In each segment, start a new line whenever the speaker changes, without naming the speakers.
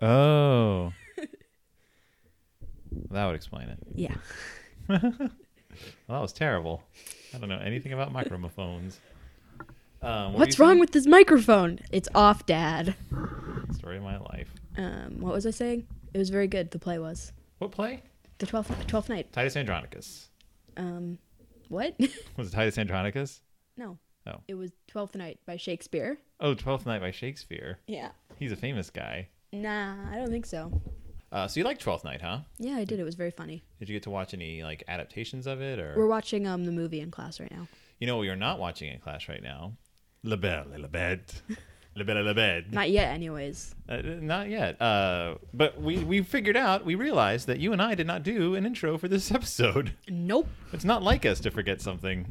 Oh. that would explain it.
Yeah.
Well, that was terrible. I don't know anything about microphones. Um, what were
What's
you
wrong with this microphone? It's off, Dad.
saying? Story of my life.
Um, what was I saying? It was very good. The play was
What play?
the twelfth, twelfth night.
Titus Andronicus.
Um, what?
Was it Titus Andronicus?
no.
Oh.
It was Twelfth Night by Shakespeare.
Oh, Twelfth Night by Shakespeare.
Yeah.
He's a famous guy.
Nah, I don't think so.
Uh, so you like Twelfth Night, huh?
Yeah, I did. It was very funny.
Did you get to watch any like adaptations of it, or
We're watching um the movie in class right now.
you know we are not watching in class right now? La Belle, et La Bête, La Belle, et La Bête.
Not yet, anyways.
Uh, not yet. Uh, but we we figured out, we realized that you and I did not do an intro for this episode.
Nope.
It's not like us to forget something.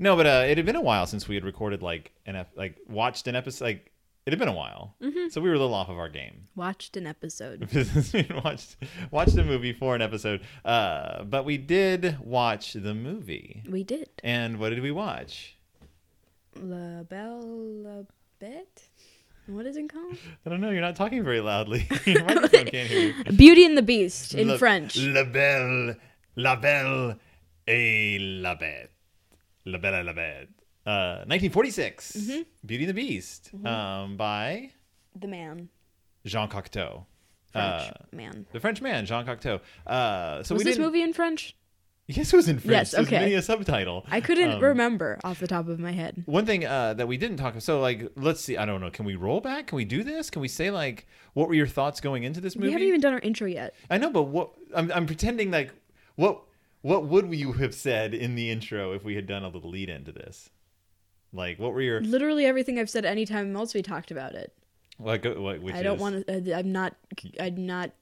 no, but uh, it had been a while since we had recorded like an ep- like watched an episode. Like it had been a while, so we were a little off of our game
Watched an episode.
because we had watched watched a movie for an episode. Uh, but we did watch the movie,
We did.
and what did we watch?
La Belle Bette. What is it called?
I don't know. You're not talking very loudly. Your microphone can't hear you.
Beauty and the Beast in
La-
French.
La Belle, La Belle, et La Bête. La Belle et La Bête. Uh, 1946.
Mm-hmm.
Beauty and the Beast um, by
the man.
Jean Cocteau.
French
Uh,
man.
the French man, Jean Cocteau. Uh, so
Was
we
this
didn't-
movie in French?
Yes, it was in French.
Yes,
There's
okay.
many a subtitle.
I couldn't
Um,
remember off the top of my head.
One thing uh, that we didn't talk so like let's see I don't know can we roll back can we do this can we say like what were your thoughts going into this movie
We haven't even done our intro yet.
I know, but what I'm, I'm pretending like what what would you have said in the intro if we had done a little lead into this? Like, what were your
Literally everything I've said anytime else we talked about it.
like? uh, What, which
I don't
is-
want to. I'm not. I'm not.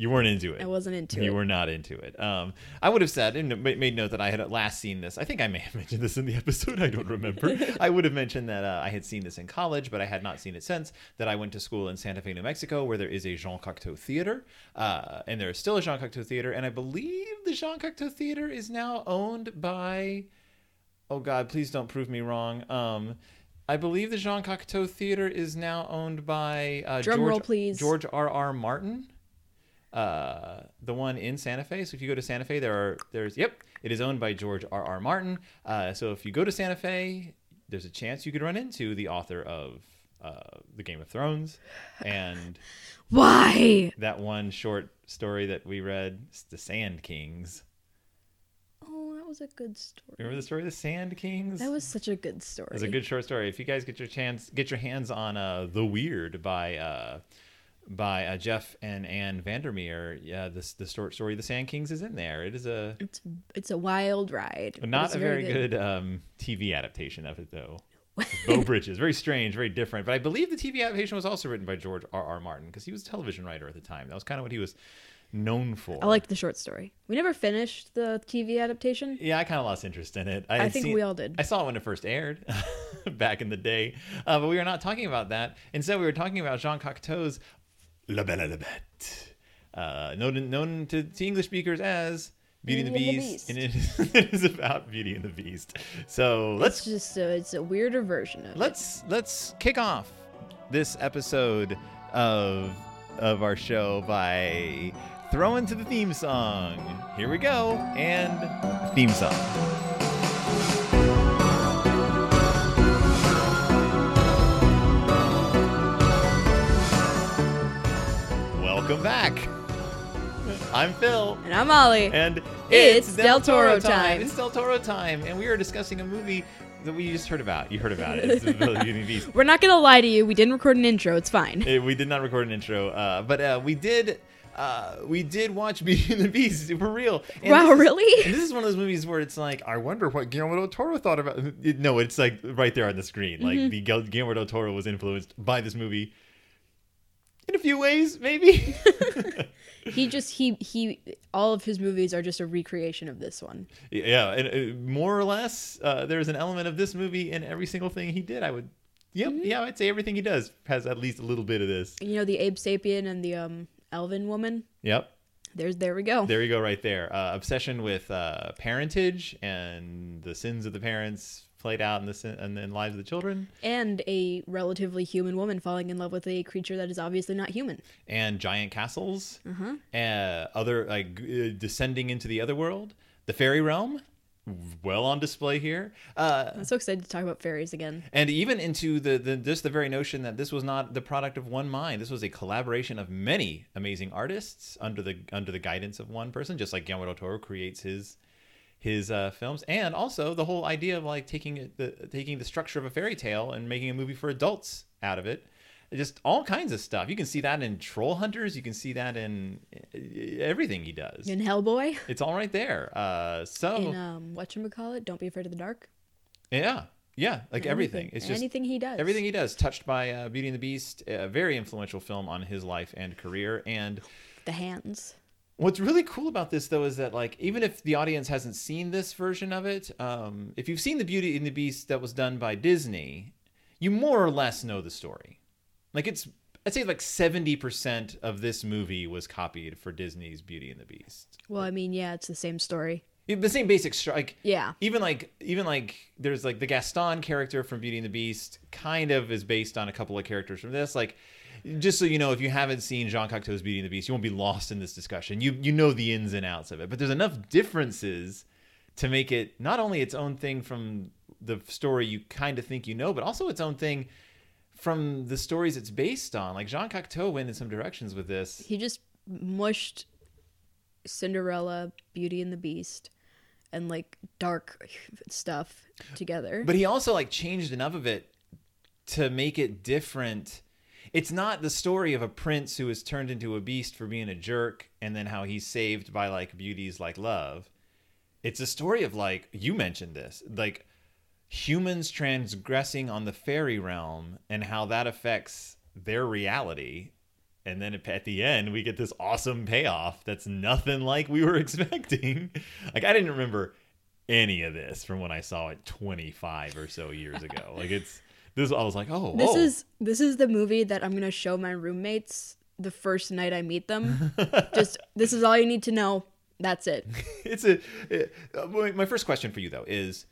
You weren't into it.
I wasn't into
You
it.
were not into it. Um, I would have said and ma- made note that I had last seen this. I think I may have mentioned this in the episode. I don't remember. I would have mentioned that uh, I had seen this in college, but I had not seen it since. That I went to school in Santa Fe, New Mexico, where there is a Jean Cocteau theater, uh, and there is still a Jean Cocteau theater, and I believe the Jean Cocteau theater is now owned by. Oh God, please don't prove me wrong. Um, I believe the Jean Cocteau Theater is now owned by uh,
Drum
George,
roll, please.
George R. R. Martin, uh, the one in Santa Fe. So if you go to Santa Fe, there are there's yep, it is owned by George R. R. Martin. Uh, so if you go to Santa Fe, there's a chance you could run into the author of uh, the Game of Thrones, and
Why?
that one short story that we read, s- the Sand Kings.
Oh, that was a good story.
Remember the story of the Sand Kings?
That was such a good story.
It's a good short story. If you guys get your chance, get your hands on uh, "The Weird" by uh, by uh, Jeff and Ann Vandermeer. Yeah, this the short story "The Sand Kings" is in there. It is a
It's it's a wild ride. but
not
it's
a very good, um, TV adaptation of it though. Bo Bridges, very strange, very different. But I believe the TV adaptation was also written by George R. R. Martin because he was a television writer at the time. That was kind of what he was known for.
I like the short story. We never finished the TV adaptation.
Yeah, I kind of lost interest in it.
I
had
think
seen-
we all did.
I saw it when it first aired back in the day, uh, but we were not talking about that. Instead, we were talking about Jean Cocteau's La Belle et la Bête, uh, known, known to, to English speakers as Beauty and the
Beauty and the
Beast, and it is, it is about Beauty and the Beast. So let's
It's just a, it's a weirder version of it.
let's let's kick off this episode of of our show by throwing to the theme song. Here we go, and theme song. Welcome back. I'm Phil.
And I'm Ollie.
And
It's Del Toro time.
It's Del Toro time, and we are discussing a movie that we just heard about. You heard about it. It's the Beauty and the Beast.
We're not gonna lie to you. We didn't record an intro. It's fine.
Eh, We did not record an intro, uh, but uh, we did. Uh, we did watch Beauty and the Beast for real. And
Wow,
this is-
really?
and this is one of those movies where it's like, I wonder what Guillermo del Toro thought about. It- No, it's like right there on the screen. Like
Mm-hmm.
the Gil- Guillermo del Toro was influenced by this movie in a few ways, maybe.
He just he he. All of his movies are just a recreation of this one.
Yeah, and uh, more or less, uh, there's an element of this movie in every single thing he did. I would, yep, yeah, I'd say everything he does has at least a little bit of this.
You know the Abe Sapien and the um Elven woman.
Yep,
There's there we go.
there you go, right there. Uh, obsession with uh, parentage and the sins of the parents, played out in this and then lives of the children
and a relatively human woman falling in love with a creature that is obviously not human.
and giant castles uh, other like g- uh, descending into the other world the fairy realm well on display here uh,
I'm so excited to talk about fairies again.
and even into the, the just the very notion that this was not the product of one mind this was a collaboration of many amazing artists under the under the guidance of one person just like Guillermo del Toro creates his his uh, films and also the whole idea of like taking it- the taking the structure of a fairy tale and making a movie for adults out of it just all kinds of stuff you can see that in troll hunters you can see that in eh, everything he does
In Hellboy,
it's all right there uh so
in um, whatchamacallit, Don't Be Afraid of the Dark.
yeah yeah like everything, it's just
anything he does.
Everything he does, touched by uh, Beauty and the Beast, a very influential film on his life and career. And
The hands.
what's really cool about this, though, is that like even if the audience hasn't seen this version of it, um, if you've seen the Beauty and the Beast that was done by Disney, you more or less know the story. Like it's, I'd say like seventy percent of this movie was copied for Disney's Beauty and the Beast.
Well, I mean, yeah, it's the same story.
The same basic stri- like
Yeah.
even like even like there's like the Gaston character from Beauty and the Beast kind of is based on a couple of characters from this like just so you know if you haven't seen Jean Cocteau's Beauty and the Beast you won't be lost in this discussion you you know the ins and outs of it but there's enough differences to make it not only its own thing from the story you kind of think you know but also its own thing from the stories it's based on like Jean Cocteau went in some directions with this
He just mushed Cinderella, Beauty and the Beast, and like dark stuff together.
But he also like changed enough of it to make it different. It's not the story of a prince who is turned into a beast for being a jerk and then how he's saved by like beauties like love. It's a story of like you mentioned this, like humans transgressing on the fairy realm and how that affects their reality. And then at the end, we get this awesome payoff that's nothing like we were expecting. Like, I didn't remember any of this from when I saw it 25 or so years ago. Like, it's this, I was like, oh,
this
whoa.
is this is the movie that I'm gonna show my roommates the first night I meet them. just this is all you need to know. That's it.
it's a. it- uh, my my first question for you, though, is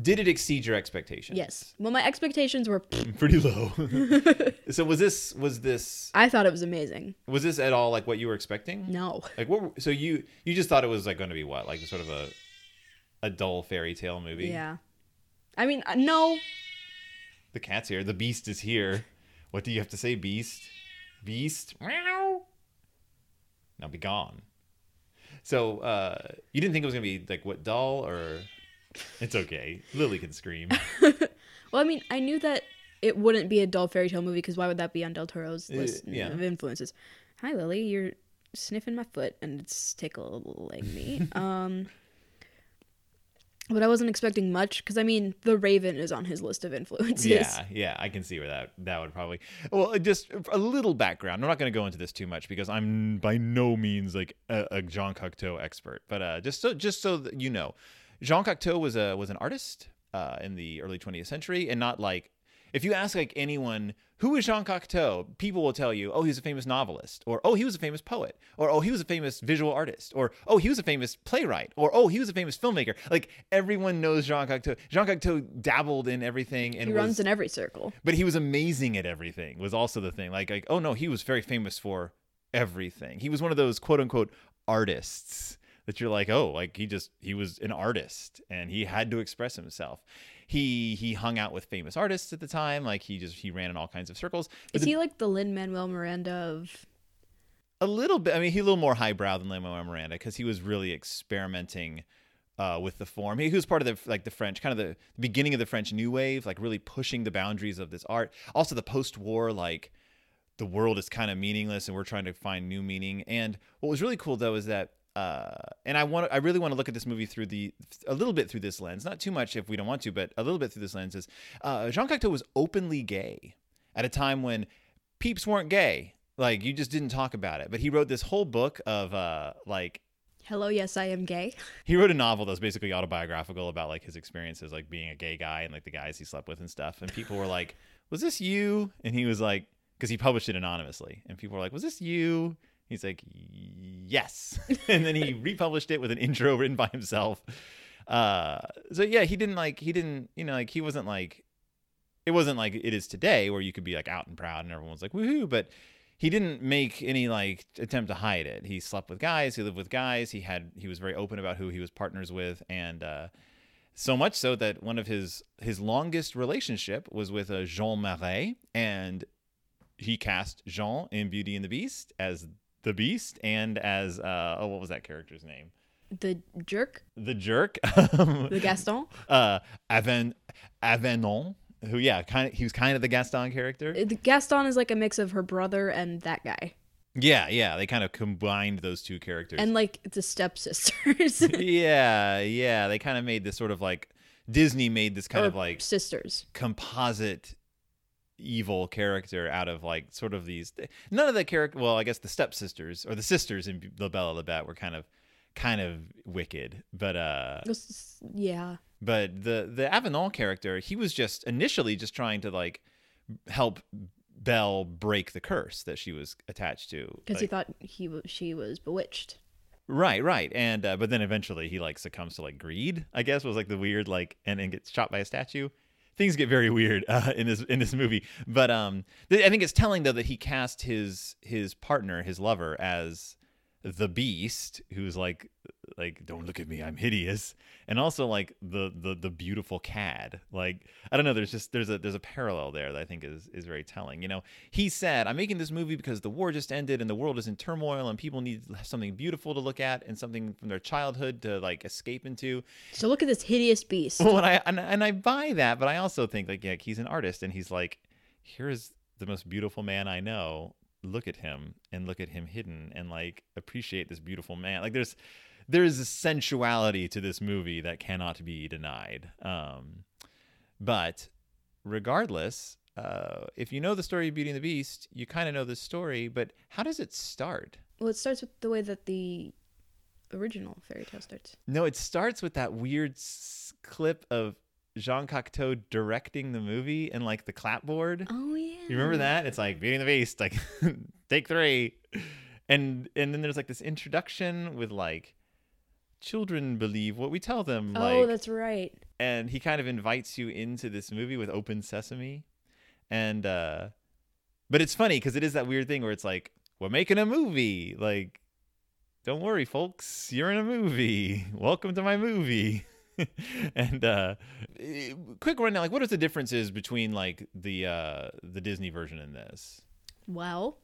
did it exceed your expectations?
Yes. Well, my expectations were.
Pretty low. so, was this, was this,
I thought it was amazing.
was this at all like what you were expecting?
No.
Like what? So you you just thought it was like going to be what? Like sort of a a dull fairy tale movie.
Yeah. I mean, uh, no.
The cat's here. The beast is here. What do you have to say, beast? Beast. Meow. Now be gone. So uh you didn't think it was going to be like what dull or? It's okay. Lily can scream.
Well, I mean, I knew that it wouldn't be a dull fairy tale movie because why would that be on Del Toro's
Uh,
list
yeah.
of influences? Hi, Lily. You're sniffing my foot and it's tickling me. um, but I wasn't expecting much because I mean, The Raven is on his list of influences.
Yeah, yeah, I can see where that that would probably. Well, just a little background. I'm not going to go into this too much because I'm by no means like a, a Jean Cocteau expert, but uh, just so just so that you know, Jean Cocteau was a was an artist uh, in the early 20th century, and not like if you ask like anyone who is Jean Cocteau, people will tell you, oh, he's a famous novelist, or oh, he was a famous poet, or oh, he was a famous visual artist, or oh, he was a famous playwright, or oh, he was a famous filmmaker. Like everyone knows Jean Cocteau. Jean Cocteau dabbled in everything and
He
was
runs in every circle.
but he was amazing at everything was also the thing like like oh no he was very famous for everything he was one of those quote unquote artists that you're like oh like he just he was an artist and he had to express himself he he hung out with famous artists at the time like he just he ran in all kinds of circles but
Is
the-
he like the Lin Manuel Miranda of?
a little bit i mean he a little more highbrow than lin-manuel miranda because he was really experimenting uh, with the form he, he was part of the like the french kind of the beginning of the french new wave like really pushing the boundaries of this art also the post-war like the world is kind of meaningless and we're trying to find new meaning. And what was really cool though is that uh, and I want I really want to look at this movie through the a little bit through this lens, not too much if we don't want to, but a little bit through this lens is uh, Jean Cocteau was openly gay at a time when peeps weren't gay. Like you just didn't talk about it. But he wrote this whole book of uh, like
Hello, yes, I am gay.
he wrote a novel that's basically autobiographical about like his experiences like being a gay guy and like the guys he slept with and stuff and people were like was this you and he was like because he published it anonymously and people were like was this you he's like yes and then he republished it with an intro written by himself Uh, so yeah, he didn't like he didn't you know like he wasn't like it wasn't like it is today where you could be like out and proud and everyone's like woohoo, but he didn't make any like attempt to hide it. He slept with guys, he lived with guys, he had he was very open about who he was partners with and uh so much so that one of his his longest relationship was with uh, Jean Marais and he cast Jean in Beauty and the Beast as the Beast and as uh oh what was that character's name?
The jerk,
The jerk. Um,
the Gaston.
uh Aven Avenon who yeah, kind of he was kind of the Gaston character.
The Gaston is like a mix of her brother and that guy,
Yeah, yeah, they kind of combined those two characters.
and like the stepsisters
yeah, yeah. They kind of made this sort of like Disney made this kind
or
of like
sisters.
composite evil character out of like sort of these none of the character well i guess the stepsisters or the sisters in la bella la bette were kind of kind of wicked but uh
This is- Yeah,
but the the avenal character he was just initially just trying to like help belle break the curse that she was attached to
because he
Like-
thought he w- she was bewitched.
Right, right, and uh, but then eventually he like succumbs to like greed. I guess was like the weird like, and then gets shot by a statue. Things get very weird uh, in this in this movie, but um, th- I think it's telling though that he cast his his partner, his lover, as the beast, who's like like don't look at me, I'm hideous, and also like the the the beautiful cad. Like I don't know, there's just there's a there's a parallel there that I think is is very telling. You know, he said, "I'm making this movie because the war just ended and the world is in turmoil and people need something beautiful to look at and something from their childhood to like escape into."
So look at this hideous beast.
Well, and I and, and I buy that, but I also think like yeah, he's an artist and he's like, here is the most beautiful man I know. Look at him and look at him hidden and like appreciate this beautiful man. Like there's there is a sensuality to this movie that cannot be denied. Um, but regardless, uh, if you know the story of Beauty and the Beast, you kind of know the story. But how does it start?
Well, it starts with the way that the original fairy tale starts.
No, it starts with that weird s- clip of Jean Cocteau directing the movie and like the clapboard.
Oh yeah.
You remember that? It's like Beauty and the Beast, like take three, and and then there's like this introduction with like children believe what we tell them.
Oh,
like,
that's right.
and he kind of invites you into this movie with open sesame and uh but it's funny because it is that weird thing where it's like we're making a movie like don't worry folks you're in a movie welcome to my movie and uh eh, quick rundown like what are the differences between like the uh the disney version and this
Well,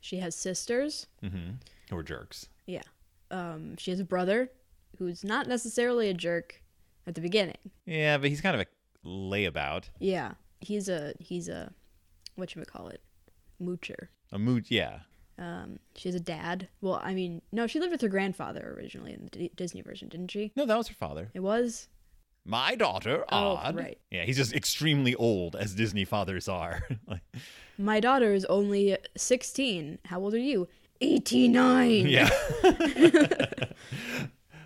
she has sisters.
mm-hmm. or jerks
Yeah. Um, she has a brother who's not necessarily a jerk at the beginning.
yeah but he's kind of a layabout
Yeah. He's a he's a what you call it moocher.
a mood yeah
Um, she has a dad. Well, I mean, no, she lived with her grandfather originally in the D- Disney version, didn't she?
no that was her father
It was
My daughter,
Oh,
odd.
right.
Yeah, he's just extremely old, as Disney fathers are. like,
my daughter is only sixteen. How old are you? Eighty nine.
yeah.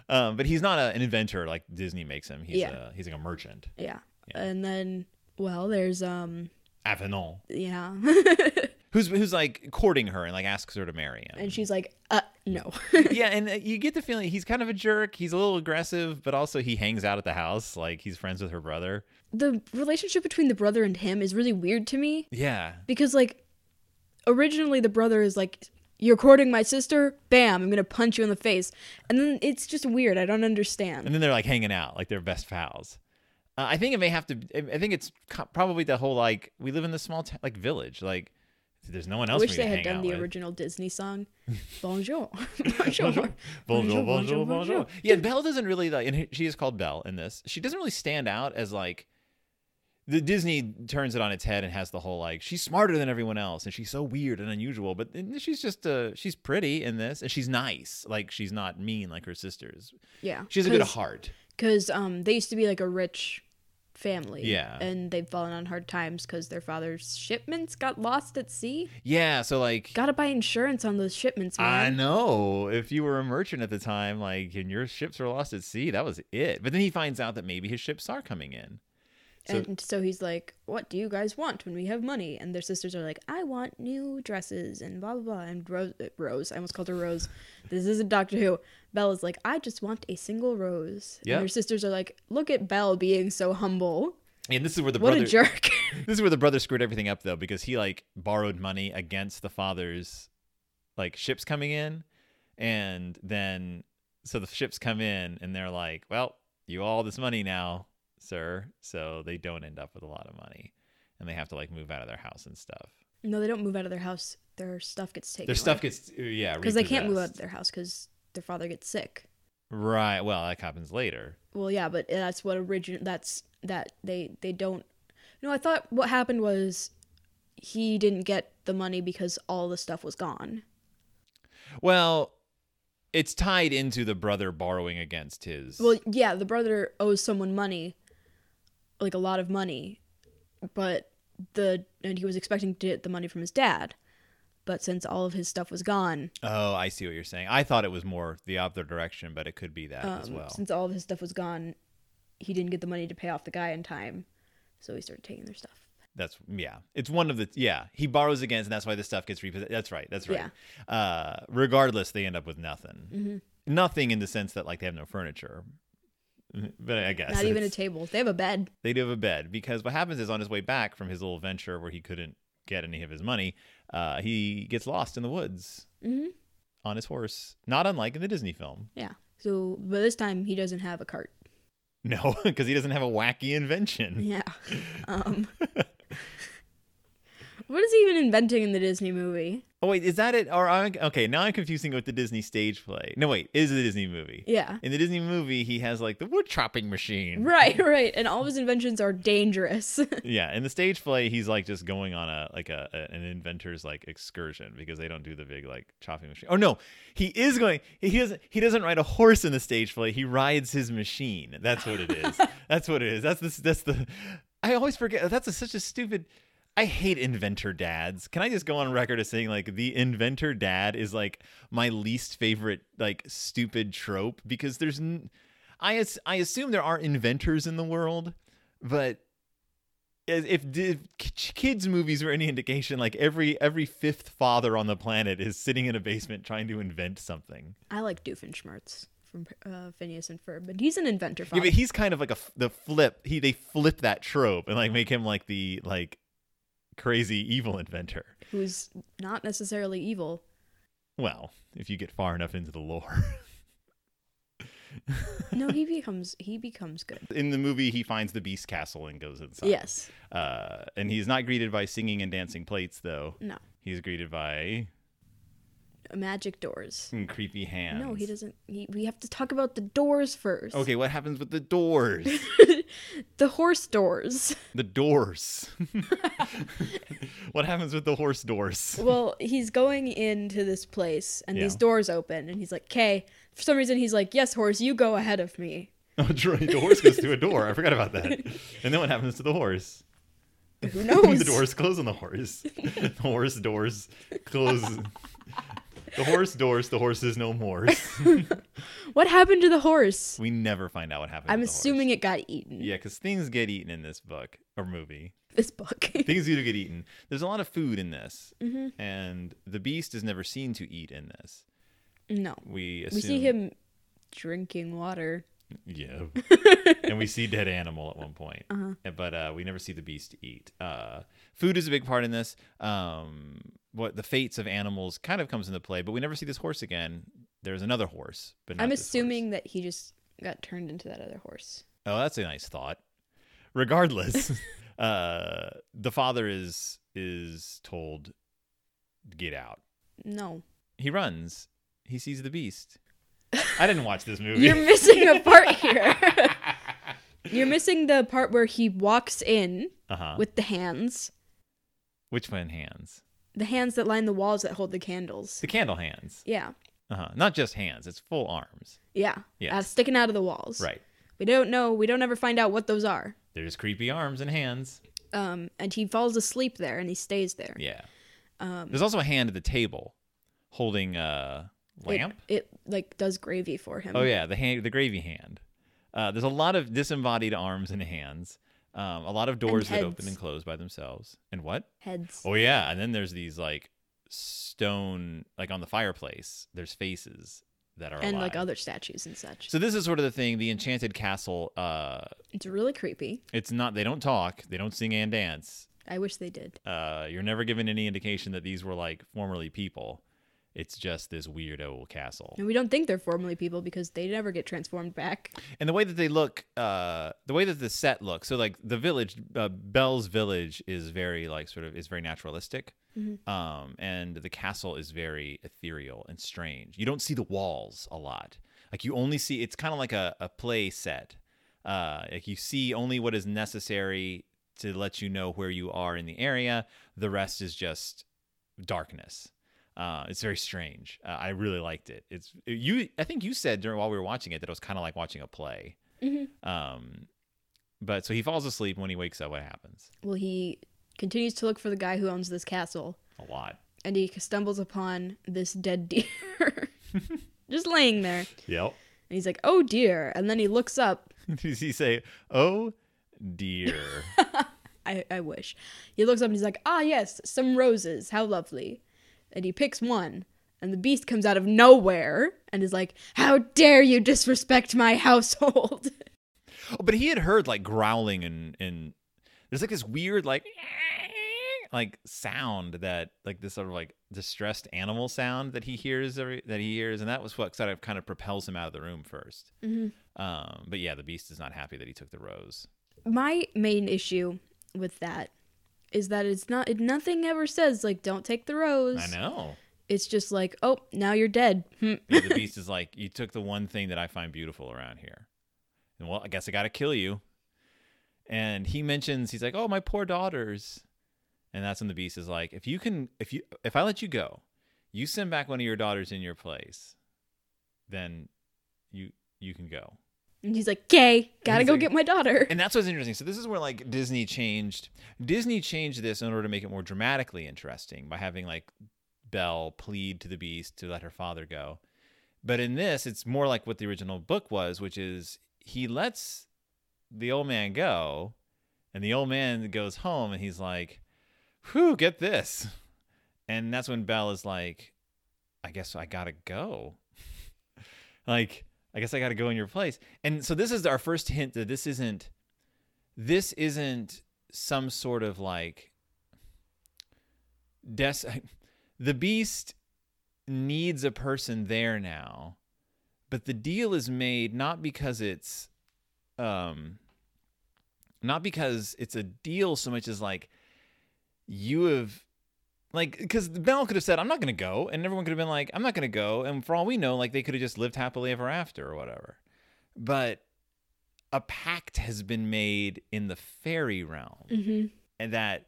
um, but he's not a, an inventor like Disney makes him. He's
Yeah.
a, he's like a merchant.
Yeah. And then, well, there's um,
Avenant,
yeah,
who's who's like courting her and like asks her to marry him.
and she's like, uh, no.
yeah, and uh, you get the feeling he's kind of a jerk. He's a little aggressive, but also he hangs out at the house. Like he's friends with her brother.
the relationship between the brother and him is really weird to me
Yeah,
because, like, originally the brother is like, "You're courting my sister, bam! I'm gonna punch you in the face," and then it's just weird. I don't understand.
and then they're like hanging out like they're best pals uh, i think it may have to i I think it's co- probably the whole like we live in this small t- like village like there's no one
I
else
wish
we
they
can
had
hang
done
out
the
with.
original Disney song, "Bonjour, Bonjour,
Bonjour, bonjour, bonjour, bonjour. Yeah, Belle doesn't really like, and she is called Belle in this. She doesn't really stand out as like the Disney turns it on its head and has the whole like she's smarter than everyone else and she's so weird and unusual. But then she's just uh she's pretty in this and she's nice. Like she's not mean like her sisters.
Yeah,
She has a good
'cause-
heart.
because um they used to be like a rich family
Yeah.
and they've fallen on hard times because their father's shipments got lost at sea
Yeah, so like
gotta buy insurance on those shipments
I
man
know. If you were a merchant at the time, like, and your ships were lost at sea, that was it. But then he finds out that maybe his ships are coming in. So-
and so he's like, "What do you guys want when we have money?" And their sisters are like, "I want new dresses and blah blah blah." And Rose, uh, Rose, I almost called her Rose. This isn't Doctor Who. Bella's like, "I just want a single rose."
Yeah.
And her sisters are like, "Look at Belle being so humble.
And this is where the
What
brother
a jerk."
this is where the brother screwed everything up though because he like borrowed money against the father's like ships coming in and then so the ships come in and they're like well you owe all this money now sir so they don't end up with a lot of money and they have to like move out of their house and stuff
no, they don't move out of their house. Their stuff gets taken.
their stuff gets uh, yeah
because they can't move out of
repossessed.
their house because their father gets sick.
right well that happens later
Well, yeah, but that's what origin. That's that they they don't. No, I thought what happened was he didn't get the money because all the stuff was gone.
well it's tied into the brother borrowing against his
Well, yeah, the brother owes someone money, like a lot of money, but the and he was expecting to get the money from his dad, but since all of his stuff was gone,
oh i see what you're saying i thought it was more the other direction but it could be that as
um,
well
since all of his stuff was gone, he didn't get the money to pay off the guy in time, so he started taking their stuff.
That's yeah. It's one of the yeah. He borrows against, and that's why the stuff gets repossessed. That's right. That's right. Uh, regardless, they end up with nothing.
Mm-hmm.
Nothing in the sense that like they have no furniture. But I guess
Not even a
it's-
table. They have a bed.
they do have a bed because what happens is on his way back from his little venture where he couldn't get any of his money, uh, he gets lost in the woods
Mm-hmm.
on his horse. Not unlike in the Disney film.
Yeah. So, but this time he doesn't have a cart.
No, because he doesn't have a wacky invention.
Yeah. Um, what is he even inventing in the Disney movie?
Oh wait, is that it? Or I- okay, now I'm confusing it with the Disney stage play. No wait, it is the Disney movie.
Yeah.
In the Disney movie, he has like the wood chopping machine.
Right, right. And all of his inventions are dangerous.
Yeah, in the stage play, he's like just going on a like a, a- an inventor's like excursion because they don't do the big like chopping machine. Oh no, he is going. He doesn't. He doesn't ride a horse in the stage play. He rides his machine. That's what it is. that's what it is. That's the. That's the. I always forget. That's a, such a stupid. I hate inventor dads. Can I just go on record as saying like the inventor dad is like my least favorite like stupid trope because there's. N- I as- I assume there are inventors in the world, but as- if, if k- kids movies were any indication like every every fifth father on the planet is sitting in a basement trying to invent something
I like Doofenshmirtz from uh, Phineas and Ferb, but he's an inventor.
yeah,
Father.
but he's kind of like a f- the flip he they flip that trope and like make him like the like crazy evil inventor
who's not necessarily evil.
well if you get far enough into the lore
No, he becomes he becomes good.
in the movie he finds the beast castle and goes inside
Yes.
uh, and he's not greeted by singing and dancing plates though
No.
he's greeted by
Magic doors.
some creepy hands
No, he doesn't. He, we have to talk about the doors first.
okay what happens with the doors
The horse doors.
The doors. what happens with the horse doors?
Well, he's going into this place and these
Yeah.
doors open and he's like, "Okay." For some reason he's like, "Yes, horse, you go ahead of me."
Oh, that's right, the horse goes through a door. I forgot about that. And then what happens to the horse?
Who
the
knows?
doors close on the horse. The horse doors close. the horse doors. The horse is no more.
What happened to the horse?
We never find out what happened.
I'm
to the horse.
assuming it got eaten.
Yeah, because things get eaten in this book or movie.
This book.
Things do get eaten. There's a lot of food in this,
Mm-hmm.
and the beast is never seen to eat in this.
no.
We assume
We see him drinking water. Uh-huh.
Yeah. and we see dead animal at one point, but uh, we never see the beast eat. Uh, food is a big part in this. Um, what the fates of animals kind of comes into play, but we never see this horse again. There's another horse, but not
I'm
this horse.
assuming that he just got turned into that other horse.
Oh, that's a nice thought. Regardless, uh, the father is is told get out.
No.
He runs. He sees the beast. I didn't watch this movie.
You're missing a part here. You're missing the part where he walks in
uh-huh.
with the hands,
Which one hands?
the hands that line the walls that hold the candles.
The candle hands.
Yeah.
Uh-huh. Not just hands, it's full arms.
Yeah.
Yes.
Uh, sticking out of the walls.
Right.
We don't know. We don't ever find out what those are.
There's creepy arms and hands.
Um, and he falls asleep there and he stays there. Um,
Yeah. There's also a hand at the table holding a
It-
lamp.
It, like does gravy for him.
oh yeah, the hand the gravy hand. Uh, there's a lot of disembodied arms and hands. Um, a lot of doors that
heads.
open and close by themselves. And what?
Heads.
Oh yeah, and then there's these like stone like on the fireplace. There's faces that are
and
alive.
like other statues and such.
So this is sort of the thing. The Enchanted Castle. Uh,
it's really creepy.
it's not. They don't talk. They don't sing and dance.
I wish they did.
Uh, you're never given any indication that these were like formerly people. It's just this weird old castle.
And we don't think they're formerly people because they never get transformed back.
And the way that they look, uh, the way that the set looks, so like the village, uh, Bell's village is very like sort of is very naturalistic, um, and the castle is very ethereal and strange. You don't see the walls a lot. Like you only see it's kind of like a, a play set. Uh, like you see only what is necessary to let you know where you are in the area. The rest is just darkness. Uh, it's very strange. Uh, I really liked it. It's you. I think you said during while we were watching it that it was kind of like watching a play. Um, but so he falls asleep. When he wakes up, what happens?
Well, he continues to look for the guy who owns this castle,
A lot.
and he stumbles upon this dead deer just laying there.
Yep.
And he's like, "Oh dear!" And then he looks up.
Does he say, "Oh dear"?
I, I wish he looks up and he's like, "Ah, yes, some roses. How lovely!" And he picks one, and the beast comes out of nowhere and is like, "How dare you disrespect my household!"
oh, but he had heard like growling and and there's like this weird like like sound that like this sort of like distressed animal sound that he hears every, that he hears, and that was what sort of kind of propels him out of the room first. Um, but yeah, the beast is not happy that he took the rose.
my main issue with that is that it's not it, nothing ever says like don't take the rose
I know.
it's just like oh now you're dead Hmm.
Yeah, the beast is like, you took the one thing that I find beautiful around here, and well, I guess I got to kill you. And he mentions, he's like, oh, my poor daughters, and that's when the beast is like, if you can, if you, if I let you go, you send back one of your daughters in your place, then you you can go.
and he's like gay gotta
he's
go
like-
get my daughter
And that's what's interesting. So this is where like Disney changed Disney changed this in order to make it more dramatically interesting by having like Belle plead to the beast to let her father go. But in this, it's more like what the original book was, which is he lets the old man go, and the old man goes home and he's like, Whew, get this. And that's when Belle is like, I guess I gotta go. like, I guess I gotta go in your place. And so this is our first hint that this isn't this isn't some sort of like des the beast needs a person there now, but the deal is made not because it's um not because it's a deal so much as like you have like because Mel could have said I'm not gonna go and everyone could have been like I'm not gonna go and for all we know like they could have just lived happily ever after or whatever but a pact has been made in the fairy realm
hmm
and that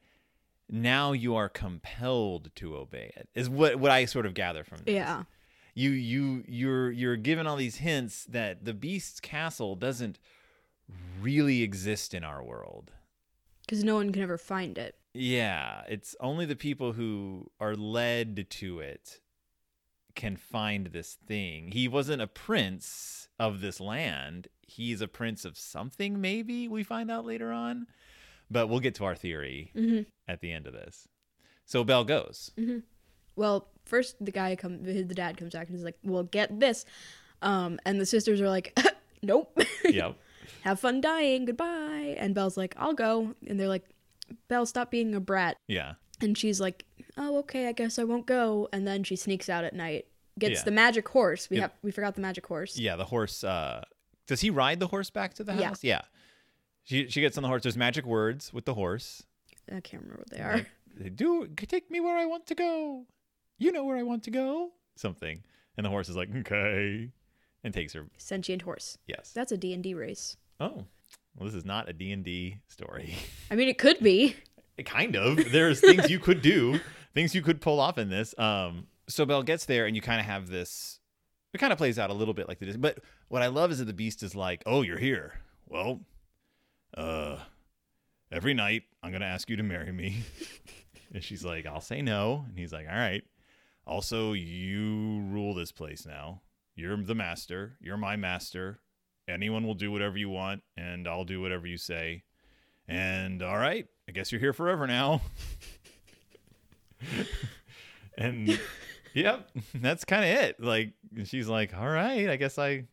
now you are compelled to obey it is what what I sort of gather from this
yeah
you you you're you're given all these hints that the beast's castle doesn't really exist in our world
because no one can ever find it
yeah it's only the people who are led to it can find this thing he wasn't a prince of this land he's a prince of something maybe we find out later on but we'll get to our theory
Mhm.
at the end of this so bell goes
well first the guy come the dad comes back and he's like well get this um and the sisters are like nope
yep
have fun dying goodbye and belle's like i'll go and they're like belle stop being a brat
yeah
And she's like, "Oh, okay, I guess I won't go." And then she sneaks out at night, gets
Yeah.
the magic horse. We
Yep.
have we forgot the magic horse.
Yeah, the horse. Uh, does he ride the horse back to the
Yeah.
house? Yeah. She she gets on the horse. There's magic words with the horse.
I can't remember what they are.
Like, Do take me where I want to go. You know where I want to go. Something. And the horse is like, okay, and takes her.
Sentient horse.
Yes.
That's a D and D race.
Oh, well, this is not a D and D story.
I mean, it could be.
kind of there's things you could do things you could pull off in this um so bell gets there and you kind of have this it kind of plays out a little bit like the but what i love is that the beast is like oh you're here well uh every night i'm gonna ask you to marry me and she's like i'll say no and he's like all right also you rule this place now you're the master you're my master anyone will do whatever you want and i'll do whatever you say and all right, I guess you're here forever now. and yep, that's kind of it. Like she's like, all right, I guess I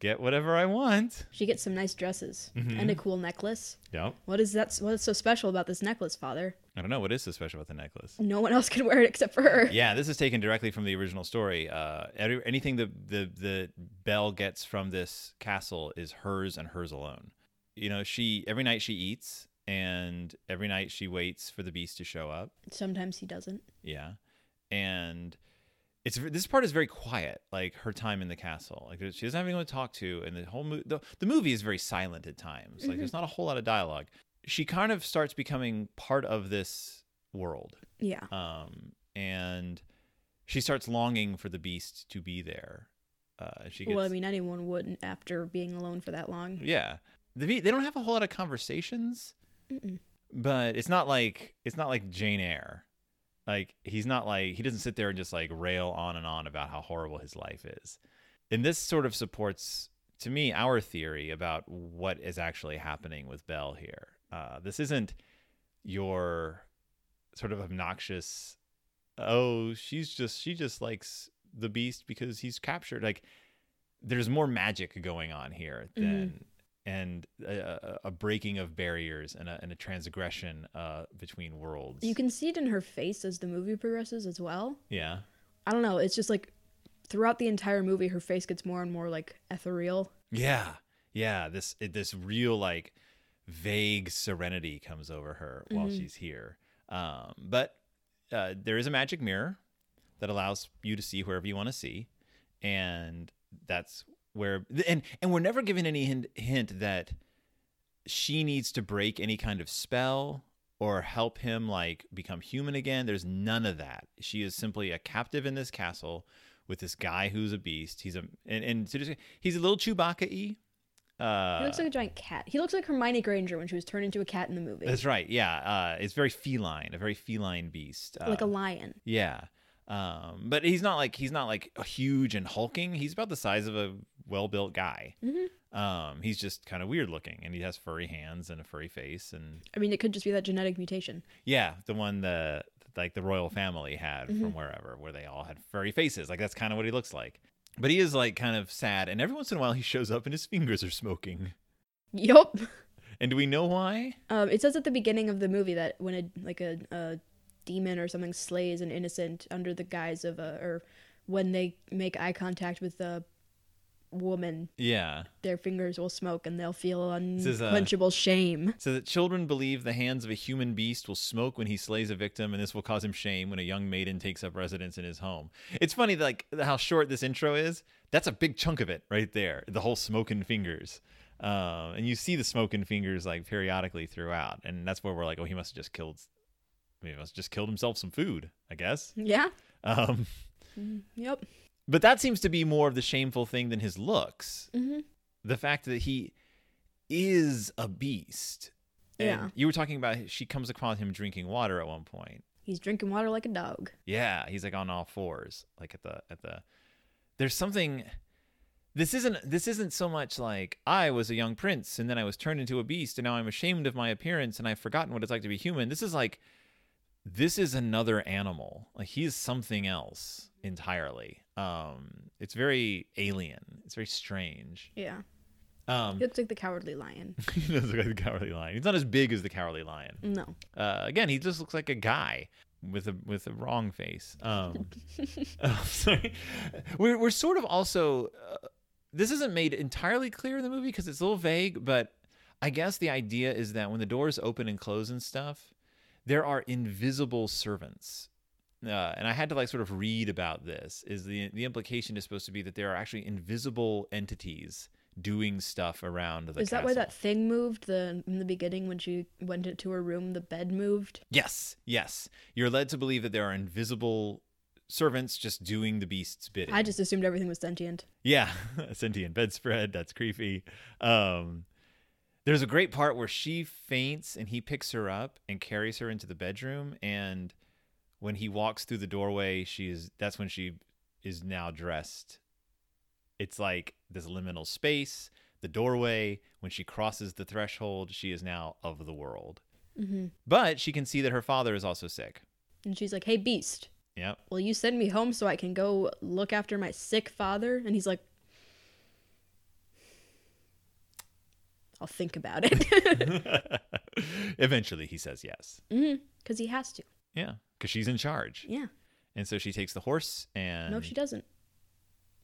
get whatever I want.
She gets some nice dresses
Mm-hmm.
and a cool necklace.
Yep.
What is that? What's so special about this necklace, Father?
I don't know what is so special about the necklace.
No one else could wear it except for her.
Yeah, this is taken directly from the original story. Uh, every- anything the, the the Belle gets from this castle is hers and hers alone. You know, she every night she eats, and every night she waits for the beast to show up.
Sometimes he doesn't.
Yeah, and it's this part is very quiet. Like her time in the castle, like she doesn't have anyone to talk to, and the whole mo- the, the movie is very silent at times. Like
Mm-hmm.
there's not a whole lot of dialogue. She kind of starts becoming part of this world
Yeah.
um, and she starts longing for the beast to be there. Uh, she gets,
Well, I mean, anyone would after being alone for that long.
yeah, the be- they don't have a whole lot of conversations,
Mm-mm.
but it's not like it's not like Jane Eyre. Like he's not like he doesn't sit there and just like rail on and on about how horrible his life is, and this sort of supports to me our theory about what is actually happening with Belle here. Uh, this isn't your sort of obnoxious oh she's just she just likes the beast because he's captured like there's more magic going on here than and a, a- a breaking of barriers and a, and a transgression uh between worlds
You can see it in her face as the movie progresses as well.
yeah
I don't know. It's just like throughout the entire movie, her face gets more and more like ethereal.
yeah yeah this it- this real like vague serenity comes over her while she's here um but uh, there is a magic mirror that allows you to see wherever you want to see and that's where and and we're never given any hint, hint that she needs to break any kind of spell or help him like become human again there's none of that she is simply a captive in this castle with this guy who's a beast he's a and, and to just, he's a little chewbacca-y uh,
He looks like a giant cat. He looks like Hermione Granger when she was turned into a cat in the movie,
that's right yeah uh, it's very feline a very feline beast uh,
like a lion.
Yeah. Um, but he's not like he's not like huge and hulking. He's about the size of a well-built guy. Um, he's just kind of weird looking, and he has furry hands and a furry face, and
I mean, it could just be that genetic mutation.
yeah, the one the like the royal family had from wherever, where they all had furry faces. Like that's kind of what he looks like. But he is like kind of sad, and every once in a while he shows up and his fingers are smoking.
Yup.
And do we know why?
Um, it says at the beginning of the movie that when a like a, a demon or something slays an innocent under the guise of a or when they make eye contact with a woman,
Yeah.
their fingers will smoke and they'll feel
is, uh,
unquenchable shame.
So that children believe the hands of a human beast will smoke when he slays a victim, and this will cause him shame when a young maiden takes up residence in his home. It's funny, like how short this intro is. That's a big chunk of it right there. The whole smoking fingers, um, and you see the smoking fingers like periodically throughout, and that's where we're like, oh, he must have just killed. I mean, he must have just killed himself some food, I guess.
Yeah. Mm-hmm.
Um,
Yep.
but that seems to be more of the shameful thing than his looks.
Mhm.
The fact that he is a beast. And
Yeah.
You were talking about she comes upon him drinking water at one point.
He's drinking water like a dog.
Yeah, he's like on all fours, like at the at the. There's something. This isn't this isn't so much like I was a young prince and then I was turned into a beast and now I'm ashamed of my appearance and I've forgotten what it's like to be human. This is like this is another animal. Like he is something else entirely. Um, it's very alien. It's very strange.
Yeah.
Um,
He looks like the cowardly lion.
he does look like the cowardly lion. He's not as big as the cowardly lion.
No.
Uh, again, he just looks like a guy with a with a wrong face. Um, oh, sorry, we're we're sort of also. Uh, this isn't made entirely clear in the movie because it's a little vague, but I guess the idea is that when the doors open and close and stuff, there are invisible servants. Uh, and I had to like sort of read about this. Is the the implication is supposed to be that there are actually invisible entities doing stuff around the
Is that why
castle.
that thing moved? The in the beginning when she went into her room, the bed moved.
Yes, yes. You're led to believe that there are invisible servants just doing the beast's bidding.
I just assumed everything was sentient.
yeah, a sentient bedspread. That's creepy. Um, there's a great part where she faints and he picks her up and carries her into the bedroom. And when he walks through the doorway, she is. That's when she is now dressed. It's like this liminal space. the doorway. When she crosses the threshold, she is now of the world. But she can see that her father is also sick.
And she's like, hey, Beast,
Yep.
will you send me home so I can go look after my sick father? And he's like, I'll think about it.
Eventually, he says yes.
Because he has to.
Yeah, because she's in charge.
Mm. Yeah.
And so she takes the horse and.
No, she doesn't.